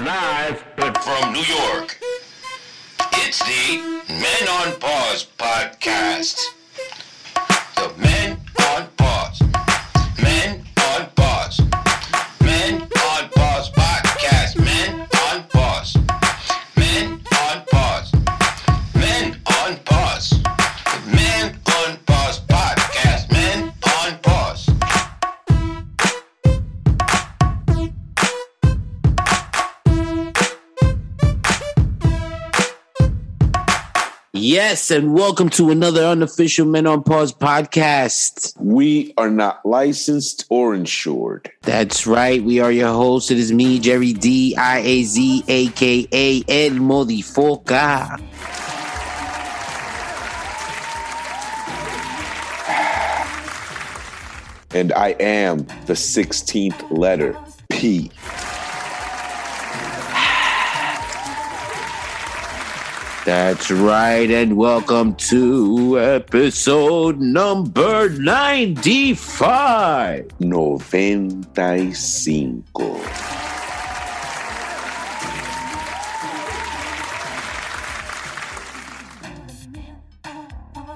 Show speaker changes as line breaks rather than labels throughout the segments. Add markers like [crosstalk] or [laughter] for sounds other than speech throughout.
live, but
from New York. It's the Men on Pause podcast. The Men on Pause. Men on Pause. Men on Pause podcast. Men on Pause. Men on Pause. Men on Pause. The Men on Pause podcast. Men on Pause.
Yes, and welcome to another unofficial Men on Pause podcast.
We are not licensed or insured.
That's right. We are your hosts. It is me, Jerry D, I A Z, aka El Modifoca.
And I am the 16th letter P.
That's right, and welcome to episode number 95.
95.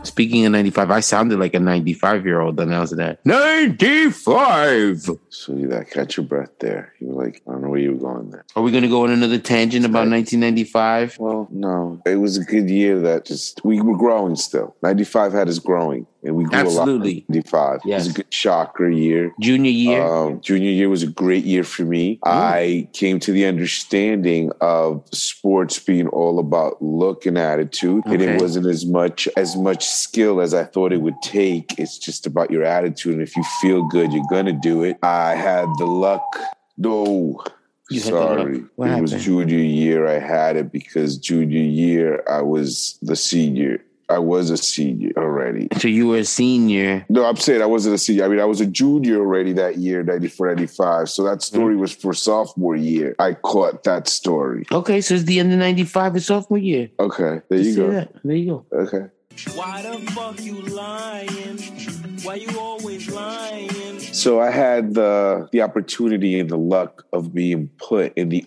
Speaking of 95, I sounded like a 95 year old announcing that. 95!
So you that catch your breath there. You were like, I don't know where you were going there.
Are we going to go on another tangent about 1995?
Well, no. It was a good year that just we were growing still. 95 had us growing and we grew
Absolutely.
a lot. in 95. It was
Yes.
a good shocker year.
Junior year?
Um, junior year was a great year for me. I came to the understanding of sports being all about look and attitude, and
Okay.
it wasn't as much as much skill as I thought it would take. It's just about your attitude, and if you feel good, you're gonna do it. I had the luck. No.
You had the luck.
Sorry,
What
it was
happened?
junior year. I had it because junior year I was the senior. I was a senior already.
so you were a senior.
No, I'm saying I wasn't a senior. I mean, I was a junior already that year, 94, 95. So that
Mm-hmm.
story was for sophomore year. I caught that story.
Okay, so it's the end of 95 and sophomore year.
Okay, there you
See
go.
that? There you go.
Okay.
Why the fuck you lying? Why you always lying?
So I had the the opportunity and the luck of being put in the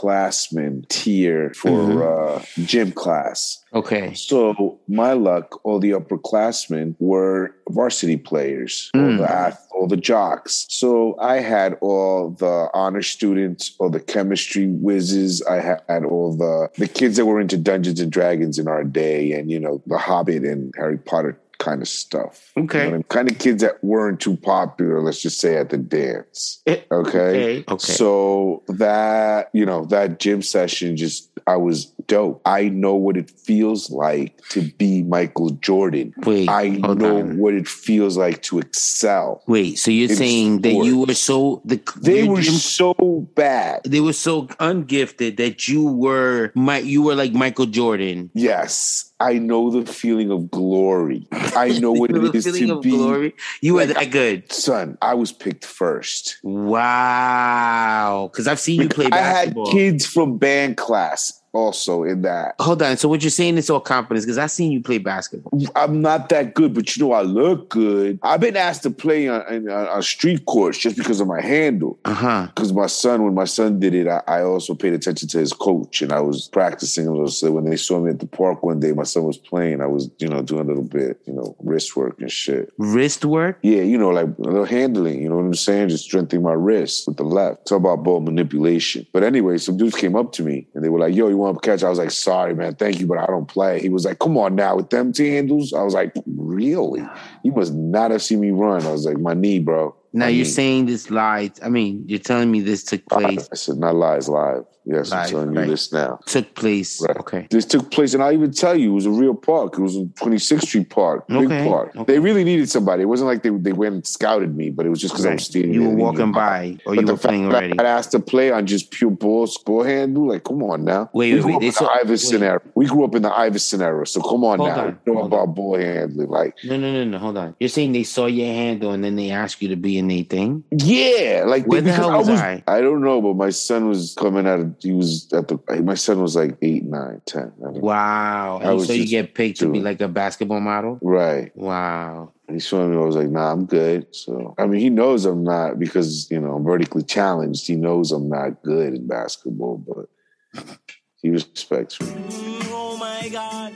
upperclassmen tier for
Mm-hmm.
uh, gym class.
Okay.
So my luck, all the upperclassmen were varsity players,
Mm.
all, the, ath- all the jocks. So I had all the honor students, all the chemistry whizzes. I ha- had all the the kids that were into Dungeons and Dragons in our day, and you know, The Hobbit and Harry Potter kind of stuff.
Okay.
kind of kids that weren't too popular, let's just say at the dance.
Eh,
okay.
Okay. Okay.
So that, you know, that gym session just I was dope. I know what it feels like to be Michael Jordan.
wait.
I
hold
know
on.
what it feels like to excel.
Wait. So you're
in
saying that you were so the
They
your
were
gym-
so bad.
they were so ungifted that you were my you were like Michael Jordan.
Yes, I know the feeling of glory.
[laughs]
I know what
You were
it
the
is
feeling
to
of
be
glory. You were
like-
that good.
son. I was picked first.
Wow. Because I've seen you play
I had
basketball.
kids from band class also in that.
Hold on. So what you're saying is all confidence because I've seen you play basketball.
I'm not that good, but you know I look good. I've been asked to play on, on, on street courts just because of my handle.
Uh huh.
Because my son, when my son did it, I, I also paid attention to his coach, and I was practicing a little. So when they saw me at the park one day, my son was playing. I was, you know, doing a little bit, you know, wrist work and shit.
Wrist work.
Yeah, you know, like a little handling, you know what I'm saying? Just strengthening my wrist with the left. Talk about ball manipulation. But anyway, some dudes came up to me and they were like, yo, you want to catch? I was like, sorry, man, thank you, but I don't play. He was like, come on now, with them two handles? I was like, really? You must not have seen me run. I was like, my knee, bro.
Now
My
you're
knee."
saying this lied. I mean, you're telling me this took place.
I said, not lies, live. Yes,
Live,
I'm telling
right.
you this now.
Took place.
Right.
Okay.
This took place, and I'll even tell you, it was a real park. It was a 26th Street Park, big
Okay.
park.
Okay.
They really needed somebody. It wasn't like they, they went and scouted me, but it was just because I
Right.
was standing
You
there.
were
They
walking
knew-
by, or
But
you
the
were playing
fact that
already.
I got asked to play on just pure ball score handle. Like, come on now.
Wait,
we
wait,
grew
wait,
up
they
in
saw-
the Iverson
wait.
era. We grew up in the Iverson era, so come on
Hold
now.
on,
We know
hold
about ball handling. Like,
No, no, no, no. Hold on. You're saying they saw your handle and then they asked you to be in their thing?
yeah, like
Where the
because
hell was I?
I don't know, but my son was coming out of he was at the my son was like eight, nine, ten. I don't-
Wow.
I
And
was
so you
just
get picked to be
doing-
like a basketball model?
Right.
Wow.
And he showed me. I was like, nah, I'm good. So I mean, he knows I'm not because you know I'm vertically challenged. He knows I'm not good at basketball, but [laughs] he respects me.
Mm, oh my God.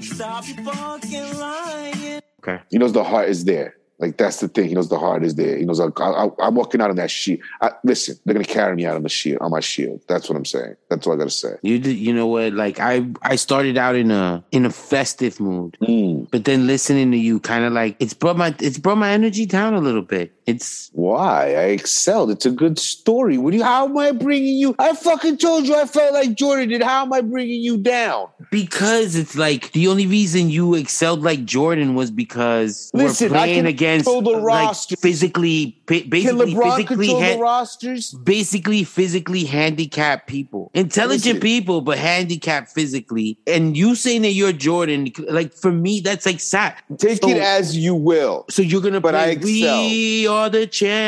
Stop fucking lying.
He knows the heart is there. Like that's the thing. He knows the heart is there. He knows I, I, I'm walking out on that shield. I, listen, they're gonna carry me out on the shield. On my shield. That's what I'm saying. That's all I gotta say.
You did, you know what? Like I I started out in a in a festive mood,
Mm,
but then listening to you kind of like it's brought my it's brought my energy down a little bit. It's
why? I excelled. It's a good story. What do you? How am I bringing you? I fucking told you I felt like Jordan did. How am I bringing you down?
because it's like the only reason you excelled like Jordan was because
Listen,
we're
I
playing
can
against uh,
control the
like
roster.
physically ba-
Can
basically
LeBron
physically
control
ha-
the rosters?
basically physically handicapped people, intelligent
Listen.
people, but handicapped physically. And you saying that you're Jordan, like for me, that's like sad.
Take
So-
it as you will.
So you're gonna
But
play
I excel.
"We Are the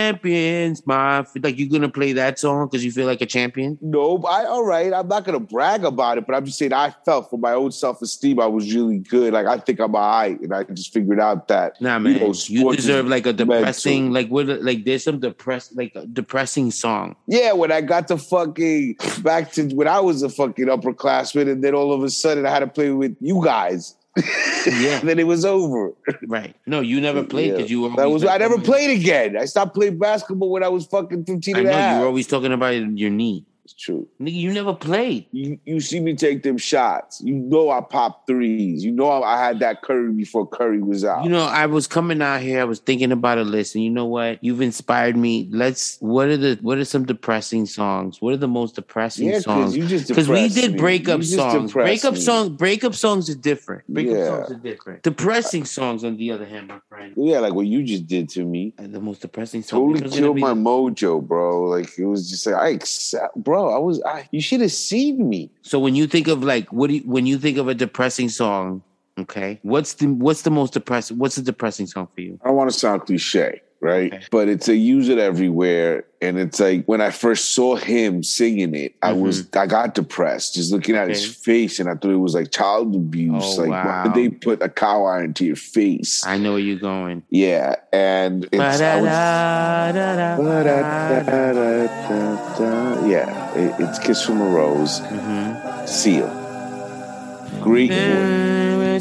Champions," my f-" like you're gonna play that song because you feel like a champion.
No, I all right. I'm not gonna brag about it, but I'm just saying I felt for my own self esteem I was really good. Like I think I'm alright, and I just figured out that
Nah,
you
man,
know,
you,
sports
deserve
is
like a
mental.
depressing, like what, like there's some depressed, like a depressing song.
Yeah, when I got to fucking back to when I was a fucking upperclassman, and then all of a sudden I had to play with you guys. [laughs]
Yeah.
then it was over.
Right? No, you never played because
Yeah.
you were.
That
always,
was I
like,
never
oh my-
played again. I stopped playing basketball when I was fucking 15
I
and a
know you
half.
were always talking about your knee,
it's true.
nigga. You never played.
you, you see me take them shots. You know I pop threes. You know I, I had that Curry before Curry was out.
You know, I was coming out here. I was thinking about a list, and you know what? You've inspired me. Let's. What are the? What are some depressing songs? What are the most depressing
yeah,
songs?
because you just
Because we
depressed
did
me.
breakup
You just
songs.
depressed
Breakup
me.
songs. Breakup songs are different. Breakup
Yeah.
songs are different. Depressing songs, on the other hand, my friend,
Yeah, like what you just did to me.
are Uh, the most depressing song.
Totally
It's gonna
killed
be
my
the-
mojo, bro. Like it was just like I accept, bro. I was, I, you should have seen me.
so when you think of like what? Do you, when you think of a depressing song, okay, what's the what's the most depressing? What's the depressing song for you?
I don't want to sound cliche, right?
Okay.
But it's a use it everywhere. And it's like when I first saw him singing it, I was I got depressed just looking at his
Mm-hmm. Okay.
face and I thought it was like child abuse.
Oh,
like
wow.
why did they put a cow iron to your face?
I know where you're going.
yeah. And it's I was,
Ba-da-da-da-da.
Ba-da-da-da-da-da. uh, yeah, it, it's Kiss from a Rose,
Mhm.
Seal. Greek word.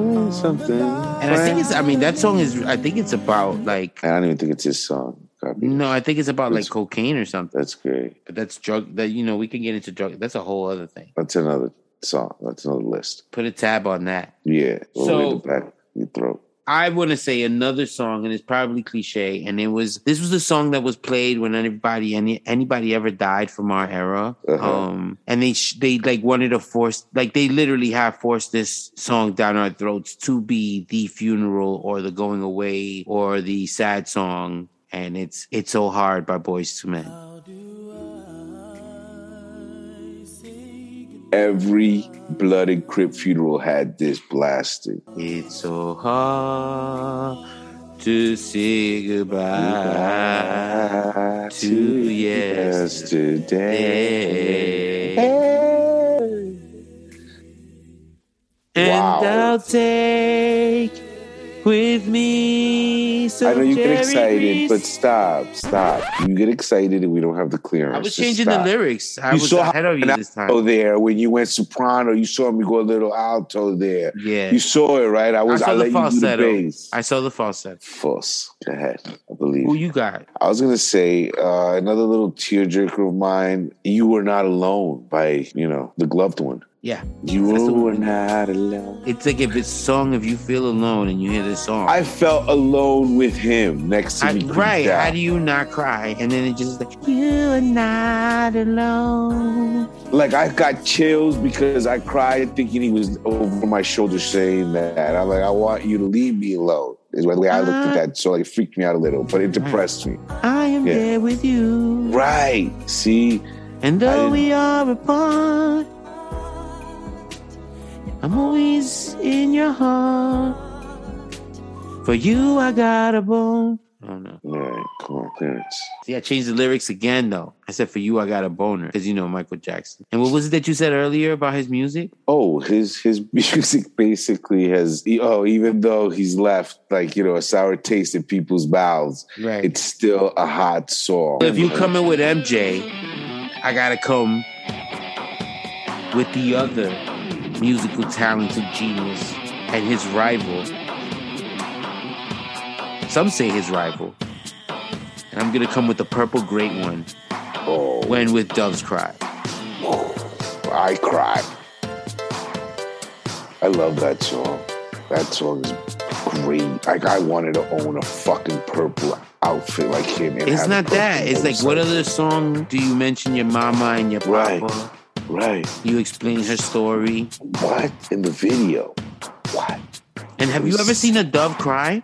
And I think it's, I mean, that song is, I think it's about like,
I don't even think it's his song. Copy.
no, I think it's about like cocaine or something.
That's great.
But that's drug, that, you know, we can get into drug, that's a whole other thing.
That's another song. That's another list.
Put a tab on that.
Yeah. All the way
So-
to back your throat.
I want to say another song, and it's probably cliche. And it was this was the song that was played when anybody any anybody ever died from our era.
Uh-huh.
Um, and they sh- they like wanted to force like they literally have forced this song down our throats to be the funeral or the going away or the sad song. And it's it's so hard by Boys to Men.
How do I say goodbye?
Every blooded crip funeral had this blasted.
It's so hard to say goodbye. to
yesterday.
And
Wow.
I'll take with me. Some
I know you
cherry
get excited,
grease.
but stop, stop. You get excited and we don't have the clearance.
I was
Just
changing the
stop.
lyrics. I
You
was
saw
ahead of you
And
this time.
alto there when you went soprano, you saw me go a little alto there.
yeah,
You saw it, right? I
I
was I,
saw
let
the
you do the
falsetto.
bass.
I saw the falsetto.
Fuss. Go ahead. I believe.
Who you got?
I was gonna say uh, another little tearjerker of mine. You were not alone by you know the gloved one.
Yeah,
You
That's the
were
one.
not alone.
it's like if it's a song, if you feel alone and you hear this song,
I felt alone with him next to
I-
me.
right? How do you not cry? And then it just is like you are not alone.
like I got chills because I cried thinking he was over my shoulder saying that. I'm like, I want you to leave me alone. Is the way I looked
Uh-huh.
at that. So like, it freaked me out a little, but it depressed me.
I am
Yeah.
there with you.
Right? See,
And
I
though
didn't-
we are apart, I'm always in your heart. For you, I got a bone. Oh no.
All right, come on, clearance.
See, I changed the lyrics again though. I said, "For you, I got a boner," because you know Michael Jackson. And what was it that you said earlier about his music?
Oh, his his [laughs] music basically has. Oh, even though he's left like you know a sour taste in people's mouths,
Right.
it's still a hot song.
if you come in with MJ, I gotta come with the other musical talented genius and his rival. Some say his rival, and I'm gonna come with the purple great one.
oh,
When with doves cry.
I cried. I love that song. That song is great. Like I wanted to own a fucking purple outfit like him. and
It's
have a
not that.
purple
It's like, what
motorcycle.
other song do you mention your mama and your
Right.
papa?
right?
You explain her story.
What in the video? What
And have you ever seen a dove cry?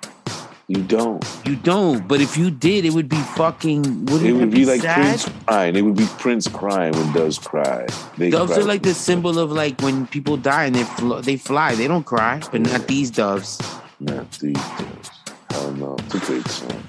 you don't?
You don't. But if you did, it would be fucking. Wouldn't
It would be like
sad?
Prince crying. It would be Prince crying when doves cry. They
Doves
cry.
are like the symbol of like when people die and they fl- they fly. They don't cry, but not these doves.
Not these doves. Hell no, it's a great song.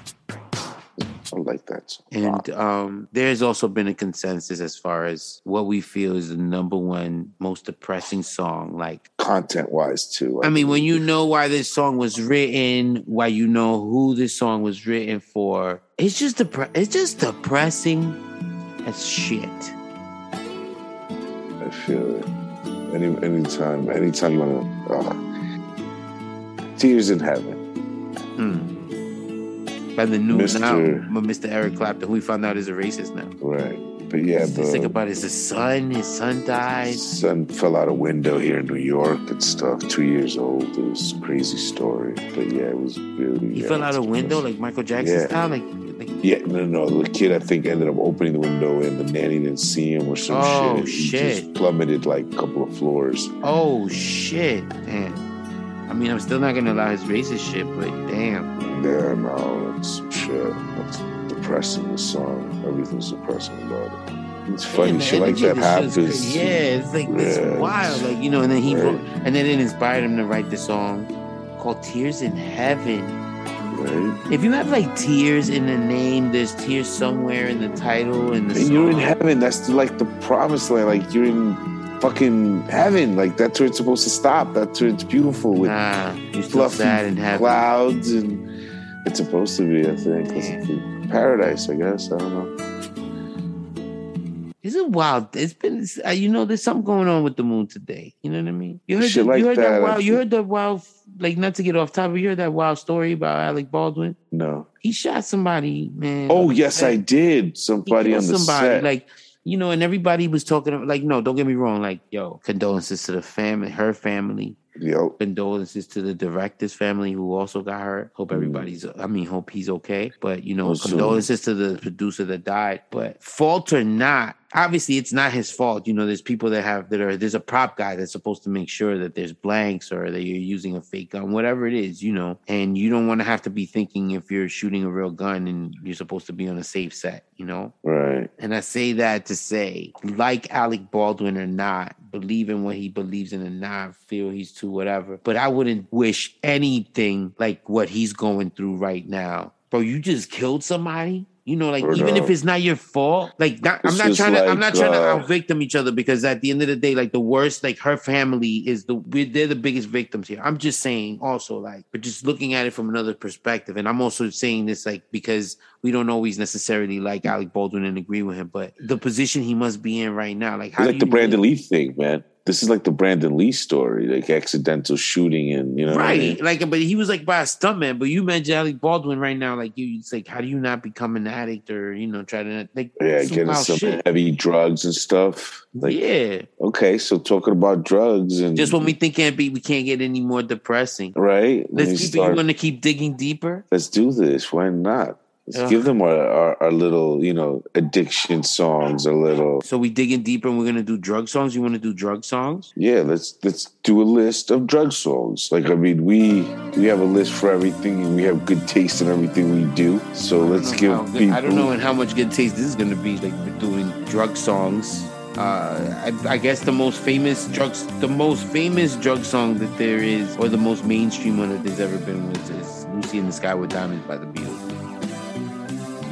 I like that song. a lot.
And um, there's also been a consensus as far as what we feel is the number one most depressing song. Like,
content wise too.
I mean, when you know why this song was written, why you know who this song was written for, it's just depre- it's just depressing as shit.
I feel it. Any anytime, anytime you wanna oh. Tears in Heaven.
Hmm. By the news
Mr.
now, but Mr. Eric Clapton, who we found out is a racist now.
Right. But yeah,
He's sick
the
about his son. His son died.
son fell out a window here in New York and stuff. Two years old. It was a crazy story. But yeah, it was really
He
yeah,
fell out a
it's-
window like Michael Jackson
Yeah.
style. Like, like
Yeah, no, no. The kid, I think, ended up opening the window, and the nanny didn't see him or some
Oh,
shit. He just
shit.
plummeted like a couple of floors.
oh shit, man. I mean, I'm still not gonna allow his racist shit, but damn.
Yeah, no, it's shit. It's depressing. The song, everything's depressing about it. It's funny
Damn, the
shit like
energy
that
of this shit is
happens.
cra- Yeah, it's like this
Yeah.
wild, like you know. And then he
Right.
wrote, and then it inspired him to write this song called "Tears in Heaven."
Right?
If you have like tears in the name, there's tears somewhere in the title and the
And
song.
you're in heaven. That's the, like the promised land. Like you're in fucking heaven. Like that's where it's supposed to stop. That's where it's beautiful with
Nah, you're still
fluffy
sad in heaven.
clouds and it's supposed to be. I think It's paradise. I guess I don't know.
This is wild. It's been, uh, you know, there's something going on with the moon today. You know what I mean? You heard,
Shit
that,
like
you heard
that,
that,
I
wild, you
think.
heard that wild, like not to get off topic, you heard that wild story about Alec Baldwin.
No.
He shot somebody, man.
Oh yes, I
He
did. Somebody on
killed
the set.
like you know, and everybody was talking like, no, don't get me wrong, like, yo, condolences to the family, her family,
Yo,
condolences to the director's family who also got hurt. Hope
Mm.
everybody's, I mean, hope he's okay. But, you know,
Well, soon.
condolences to the producer that died. But fault or not, obviously it's not his fault. You know, there's people that have, that are, there's a prop guy that's supposed to make sure that there's blanks or that you're using a fake gun, whatever it is, you know, and you don't want to have to be thinking if you're shooting a real gun and you're supposed to be on a safe set, you know?
right.
And I say that to say, like Alec Baldwin or not, believe in what he believes in or not, feel he's too whatever. But I wouldn't wish anything like what he's going through right now. Bro, you just killed somebody. You know, like
Or
even
no.
if it's not your fault, like not, I'm
It's
not
just
trying to, I'm
like,
not trying to
uh,
out victim each other because at the end of the day, like the worst, like her family is the we're, they're the biggest victims here. I'm just saying, also like, but just looking at it from another perspective, and I'm also saying this like because we don't always necessarily like Alec Baldwin and agree with him, but the position he must be in right now, like
It's
how do
like the
you-
Brandon Lee thing, man. This is like the Brandon Lee story, like accidental shooting and you know. what I
Right,
mean?
like, but he was like by a stuntman. But you mentioned Alec Baldwin right now, like you, it's like, how do you not become an addict or you know try to not- like
Yeah,
some
getting
wild
some
shit.
heavy drugs and stuff. Like,
yeah,
okay, so talking about drugs and
just when we think can't be, we can't get any more depressing.
right. mm-hmm. When
Let's
we
keep.
start-
You want to keep digging deeper?
let's do this. Why not? Let's
Ugh.
give them our, our, our little, you know, addiction songs, a little.
So we digging deeper, and we're gonna do drug songs. You want to do drug songs?
Yeah, let's let's do a list of drug songs. Like I mean, we we have a list for everything, and we have good taste in everything we do. So let's
I don't
give
know how good-
people.
I don't know in how much good taste this is gonna be. Like we're doing drug songs. uh, I, I guess the most famous drugs, the most famous drug song that there is, or the most mainstream one that there's ever been, was is "Lucy in the Sky with Diamonds" by the Beatles.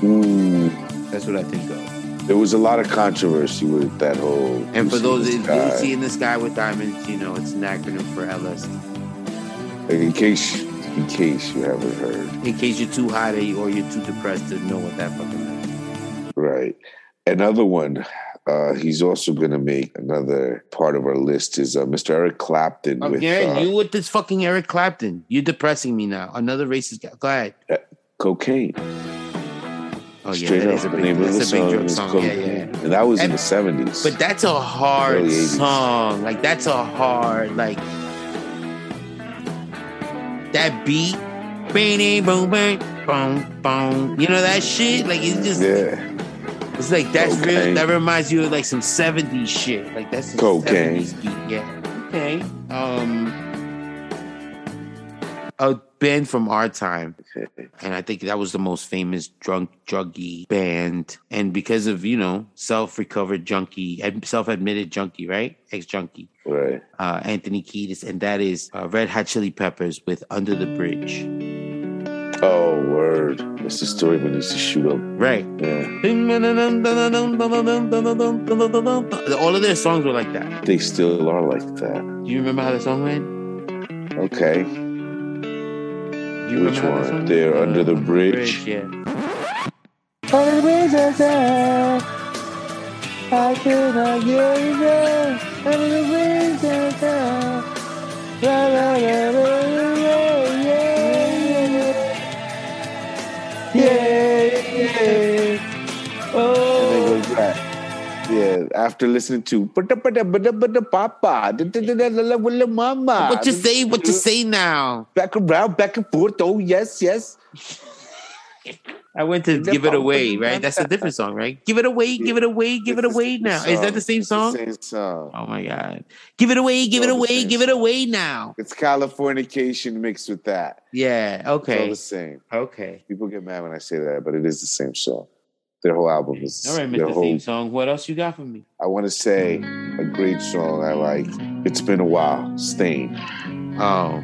Mm.
That's what I think of.
There was a lot of controversy with that whole.
And for those in
guy.
"Lucy in the Sky with Diamonds," you know, it's an acronym for LSD.
Like, in case, in case you haven't heard,
In case you're too high to- or you're too depressed to know what that fucking means.
right? Another one. Uh, he's also going to make another part of our list is uh, Mr. Eric Clapton with
Again,
uh,
Oh, you with this fucking Eric Clapton. You're depressing me now. Another racist guy. Go ahead.
cocaine.
Oh yeah,
Straight
that
up,
is a
the
big,
name of the
that's a big
song
drug
is
song. Yeah,
Cocaine,
yeah. yeah.
and that was in
And-
the seventies.
But that's a hard
Early 80s.
song. Like that's a hard like that beat. Bing, boom, bang, boom, boom. You know that shit? Like it's just
yeah,
it's like that's real
Cocaine.
that reminds you of like some 70s shit. Like that's some
Cocaine.
70s beat. Yeah. Okay. Um a band from our time and I think that was the most famous drunk druggy band. And because of you know self recovered junkie, self admitted junkie, right, ex junkie,
right.
uh, Anthony Kiedis, and that is uh, Red Hot Chili Peppers with "Under the Bridge,"
Oh, word! That's the story when he used to shoot up.
right?
Yeah,
All of their songs were like that.
they still are like that.
Do you remember how the song went?
Okay,
Do you remember
Which
how the
one?
song went? Uh,
They're Under the Bridge?
Yeah.
And
Oh.
they go back. Yeah, after listening to Papa, Mama.
What you say? What you say now?
Back around, back and forth. Oh, yes, yes.
I went to give it away, right? That's a different song, right? Give it away, give it away, give it
It's the
away
same
now. Is that the same
It's
song?
Same song.
Oh my god. Give it away, give it
all the
away,
same
give it
song.
away now.
It's Californication mixed with that.
Yeah,
It's all
okay.
the same.
Okay.
People get mad when I say that, but it is the same song. Their whole album is
All right,
their
Mr.
whole
Theme Song, what else you got for me?
I want to say a great song I like. It's been a while. Stain.
Oh,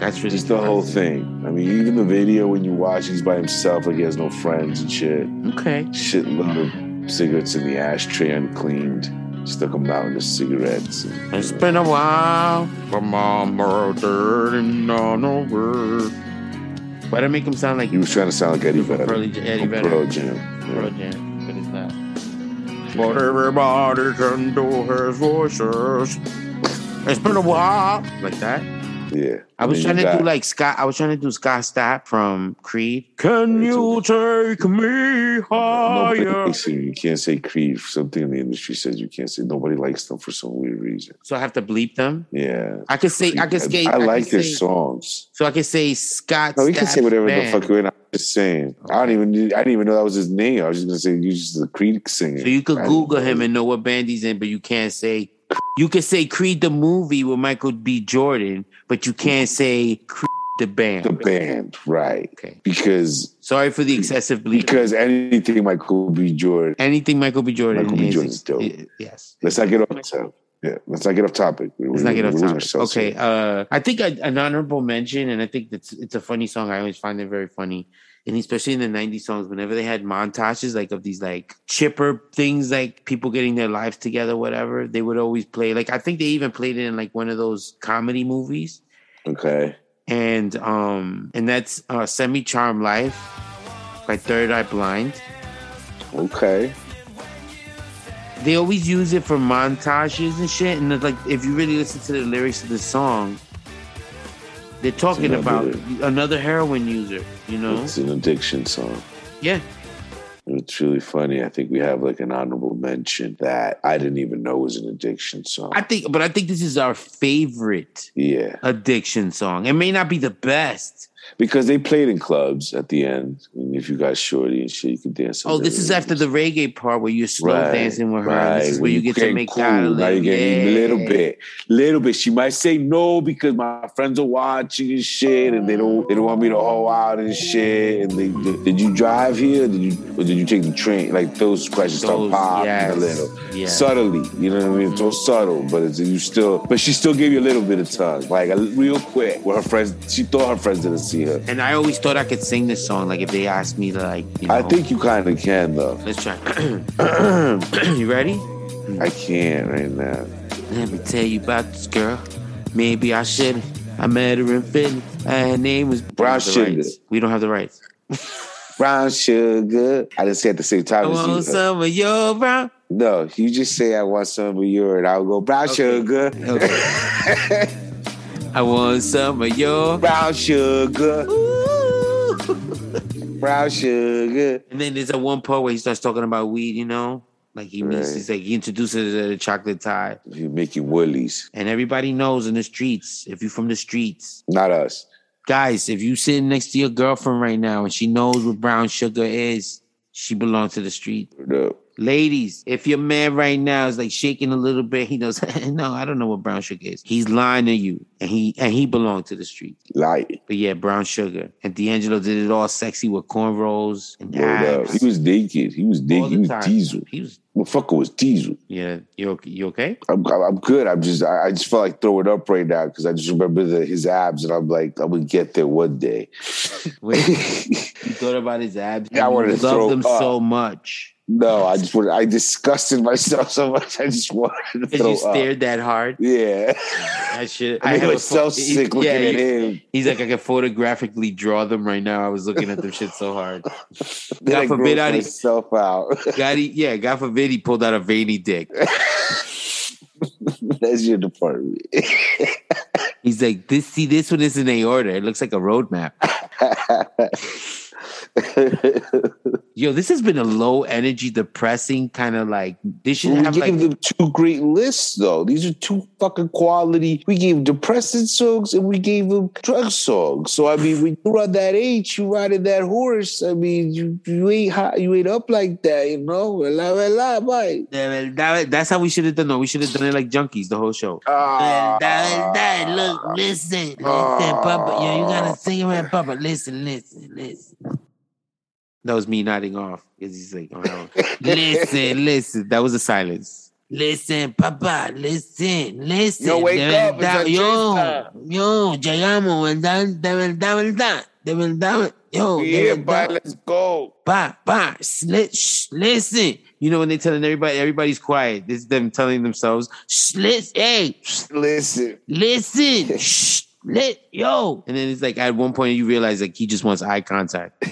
that's really
Just the whole thing. I mean, even the video when you watch, he's by himself, like he has no friends and shit.
Okay.
Shitload of cigarettes in the ashtray, uncleaned. Stuck them out in the cigarettes. and-
It's been a while. My mama didn't know no word. Why'd I make him sound like
he was trying to sound like Eddie Vedder.
Pearly Eddie
from
Vedder?
Pearl Jam.
Pearl Jam, but it's not. But everybody can do his voices. It's been a while. Like that.
Yeah. yeah.
I was
And then
trying
you
to do
got-
like Scott. I was trying to do Scott Stapp from Creed. Can
Me
you
too.
take me
Nobody
higher?
likes him. Oh, You can't say Creed. Something in the industry says you can't say. Nobody likes them for some weird reason.
So I have to bleep them.
Yeah.
I could say I could say
I
could
like their
say-
songs.
So I could say Scott.
No, we can say
Stapp's
whatever
band.
the fuck we want. I'm just saying. I don't even. I didn't even know that was his name. I was just gonna say he's just a Creed singer.
So you
I
could
didn't
Google
know.
him and know what band he's in, but you can't say. You could say Creed the movie with Michael B. Jordan, but you can't say Creed the band.
the band, right?
Okay.
Because
Sorry for the excessive bleep.
because anything Michael B. Jordan.
Anything Michael B. Jordan
Michael B.
is.
Jordan's dope.
i- Yes.
Let's not get off topic. Yeah, let's not get off topic. We-
Let's
we-
not get
we
off
lose
topic.
ourselves
Okay,
here.
uh, I think a, an honorable mention, and I think that's it's a funny song. I always find it very funny, and especially in the '90s songs, whenever they had montages like of these like chipper things, like people getting their lives together, whatever, they would always play. Like I think they even played it in like one of those comedy movies,
Okay.
and um, and that's uh, "Semi Charm Life" by Third Eye Blind.
Okay.
they always use it for montages and shit. And it's like, if you really listen to the lyrics of the song, they're talking about
another-
another heroin user. You know?
It's an addiction song.
Yeah.
It's really funny. I think we have like an honorable mention that I didn't even know was an addiction song.
I think, but I think this is our favorite
yeah.
addiction song. It may not be the best.
Because they played in clubs at the end. And if you got shorty and shit, you could dance. on
Oh,
the
this is
rhythm.
after the reggae part where you're slow
Right,
dancing with her. This is where you get to
getting
make
cool.
out a
Now you're getting a little bit, little bit. She might say no because my friends are watching and shit, and they don't, they don't want me to hoe out and shit. And they, they- did you drive here? Did you, or did you take take the train. Like those questions
Those,
start popping
yes,
a little
yes. Mm-hmm.
subtly. You know what I mean? It's so subtle, but it's, you still. But she still gave you a little bit of tongue, like a, real quick. Where her friends, she thought her friends didn't see her.
And I always thought I could sing this song. Like if they asked me, to, like you know,
I think you kind of can though.
let's try. [clears throat] you ready?
I can right now.
Let me tell you about this girl. Maybe I should. I met her in Philly. Uh, her name was We don't
Brown
have the
sugar.
rights. We don't have the rights.
Brown sugar. I didn't say at the same
I
time
want
as you.
some of your brown.
No, you just say I want some of your, and I'll go brown sugar,
Okay. [laughs] I want some of your.
brown sugar,
Ooh.
brown sugar.
And then there's a one part where he starts talking about weed. You know, like he meets.
Right.
He's like he introduces her to the chocolate tie,
You make you woolies,
and everybody knows in the streets. If you're from the streets,
not us.
guys, if you sitting next to your girlfriend right now and she knows what brown sugar is, she belongs to the street.
No.
Ladies, if your man right now is like shaking a little bit, he knows. [laughs] no, I don't know what brown sugar is. He's lying to you, and he and he belonged to the street.
Like,
But yeah, brown sugar. And D'Angelo did it all sexy with cornrows and
word up.
abs.
uh, He was naked. He was
all
naked. He
the
was
time.
diesel.
He was.
Motherfucker was diesel.
Yeah, you okay? You okay?
I'm, I'm I'm good. I'm just, I, I just felt like throwing up right now because I just remember the, his abs, and I'm like, I'm gonna get there one day. [laughs]
Wait, you thought about his abs.
Yeah, I
You
wanted to
love
throw
them
up.
so much.
no, I just, wanted, I disgusted myself [laughs] so much. I just wanted to
Because
throw
you
up.
stared that hard.
Yeah,
That shit.
[laughs] I made
have a
myself
pho-
sick looking
yeah,
at
you-
him.
He's like, I can photographically draw them right now. I was looking at them shit so
[laughs]
hard.
Then
God
I
forbid
grossed
I-
myself out. [laughs]
God, he, yeah, God forbid he pulled out a veiny dick.
That's your department. [laughs]
He's like, this. See, this one is an aorta. It looks like a roadmap. Yo, this has been a low energy, depressing kind of like. They should
we
have
gave
like
them two great lists, though. These are two fucking quality. We gave depressant songs and we gave them drug songs. So I mean, when you're on that age, you riding that horse. I mean, you you ain't hot, you ain't up like that, you know. La la la, bye.
That- that- that's how we should have done it. We should have done it like junkies the whole show.
Ah.
That- that- look, listen, listen, Bubba. Yeah, you gotta sing around Bubba. Listen, listen, listen. That was me nodding off because he's like, oh,
[laughs]
no. listen, listen. That was a silence. Listen, Papa, listen, listen.
Yo, wake
de
up,
verdad,
it's a
yo,
trista.
yo, llegamos, ¿verdad? De verdad, verdad. De verdad, yo, de
Yeah, bye.
verdad.
Let's go.
Bah, bah, sli- shh, listen. You know when they telling everybody, everybody's quiet. This is them telling themselves, shh, listen, hey, shh,
Listen. [laughs]
listen, shh, lit, yo. And then it's like at one point you realize like he just wants eye contact,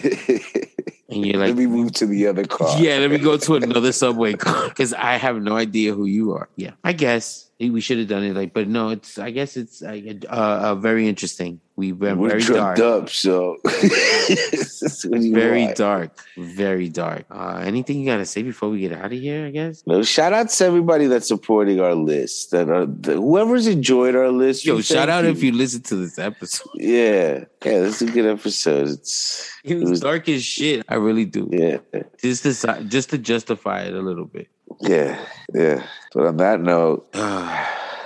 and you're
Let
like,
me move to the other car.
yeah, let me go to another subway [laughs] because I have no idea who you are. Yeah, I guess we should have done it like, but no, it's I guess it's uh, uh, very interesting. We went
We're
very
tripped
dark.
up, so [laughs] What do you
Very
want?
dark, very dark. Uh, anything you gotta say before we get out of here? I guess.
No, shout out to everybody that's supporting our list. That are that, whoever's enjoyed our list.
Yo,
we
shout
thank
out if you listen to this episode.
Yeah, yeah, this is a good episode. It's
[laughs] It was dark as shit. I really do.
yeah,
Just to si- just to justify it a little bit.
yeah, yeah. But on that note,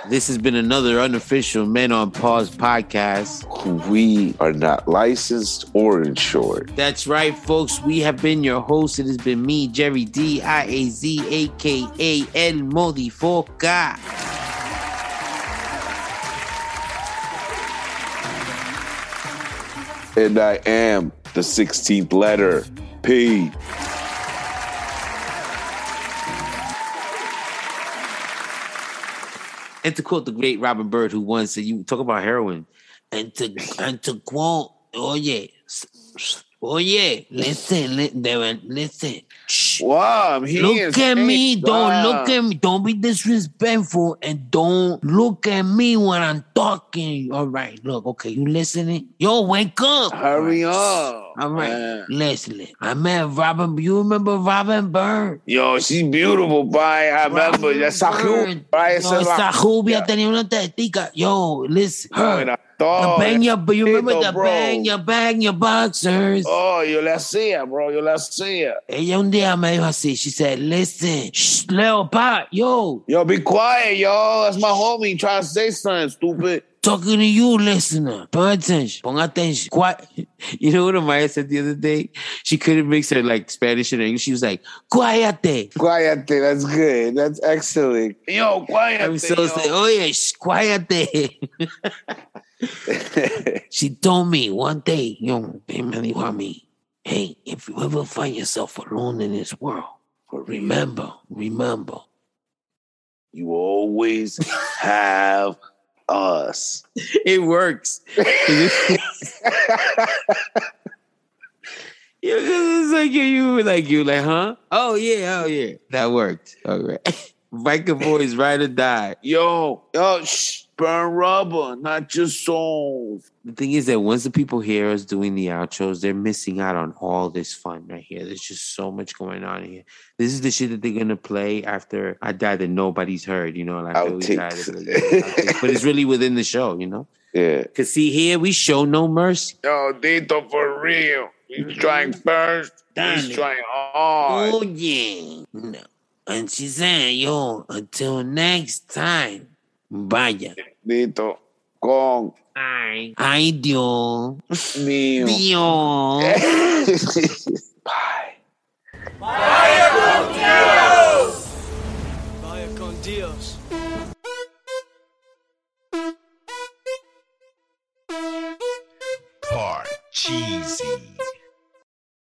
This has been another unofficial Men on Pause podcast.
we are not licensed or insured.
That's right, folks. We have been your host. It has been me, Jerry D I A Z A K A El Modifoca.
And I am the 16th letter. P.
And to quote the great Robin Bird, who once said, "You talk about heroin." And to and to quote, oh yeah, oh yeah, listen, li- they went, listen. Shh.
Wow, I'm here.
Look at me,
Thanks,
don't
wow.
look at me, don't be disrespectful, and don't look at me when I'm talking. All right, look, okay, you listening? Yo, wake up!
Hurry
All right.
up.
All right,
man.
listen. I met Robin. You remember Robin Bird?
Yo, she's beautiful. Bye. I remember.
Robin
That's a
Bird.
Bye.
Yo, esa rubia tenía una tetica. Yo, listen. Her. The bang your, but you remember the
Oh, bro.
bang your bang your boxers.
Oh, yo la hacía, bro. Yo la hacía.
Ella un día me dijo así. She said, "Listen, shh, Leo, pa, yo,
Yo, be quiet, yo. That's my homie trying to say something, stupid.
Talking to you, listener. Pay attention. Pong attention. Quiet. [laughs] You know what Amaya said the other day? She couldn't mix her like Spanish and English. She was like, Quiete.
Quiete, that's good. That's excellent. Yo, quiet.
I'm so say, oh yeah, quiete. [laughs] she told me one day, yo, hey, me dijo a mí, hey, if you ever find yourself alone in this world, remember, remember,
[laughs] You always have us.
it [laughs] works. Yeah, 'cause it's like you, you were like you, like, huh? Oh yeah, oh yeah, that worked. All right, [laughs] Viking boys, ride or die.
Yo, yo, shh, burn rubber, not your soul.
The thing is that once the people hear us doing the outros, they're missing out on all this fun right here. There's just so much going on here. This is the shit that they're gonna play after I die that nobody's heard. You know, like I always die,
Outtakes.
they're like, yeah, outtakes. but it's really within the show. You know,
Yeah.
because see here we show no mercy.
Yo, Dito, for real. He's trying first. He's trying hard.
Oh yeah. No. And she said, yo, until next time. Vaya.
Dito, con
Ay. Ay, Dios.
mío. [laughs]
Dios.
Bye.
Vaya con Dios.
Part cheesy.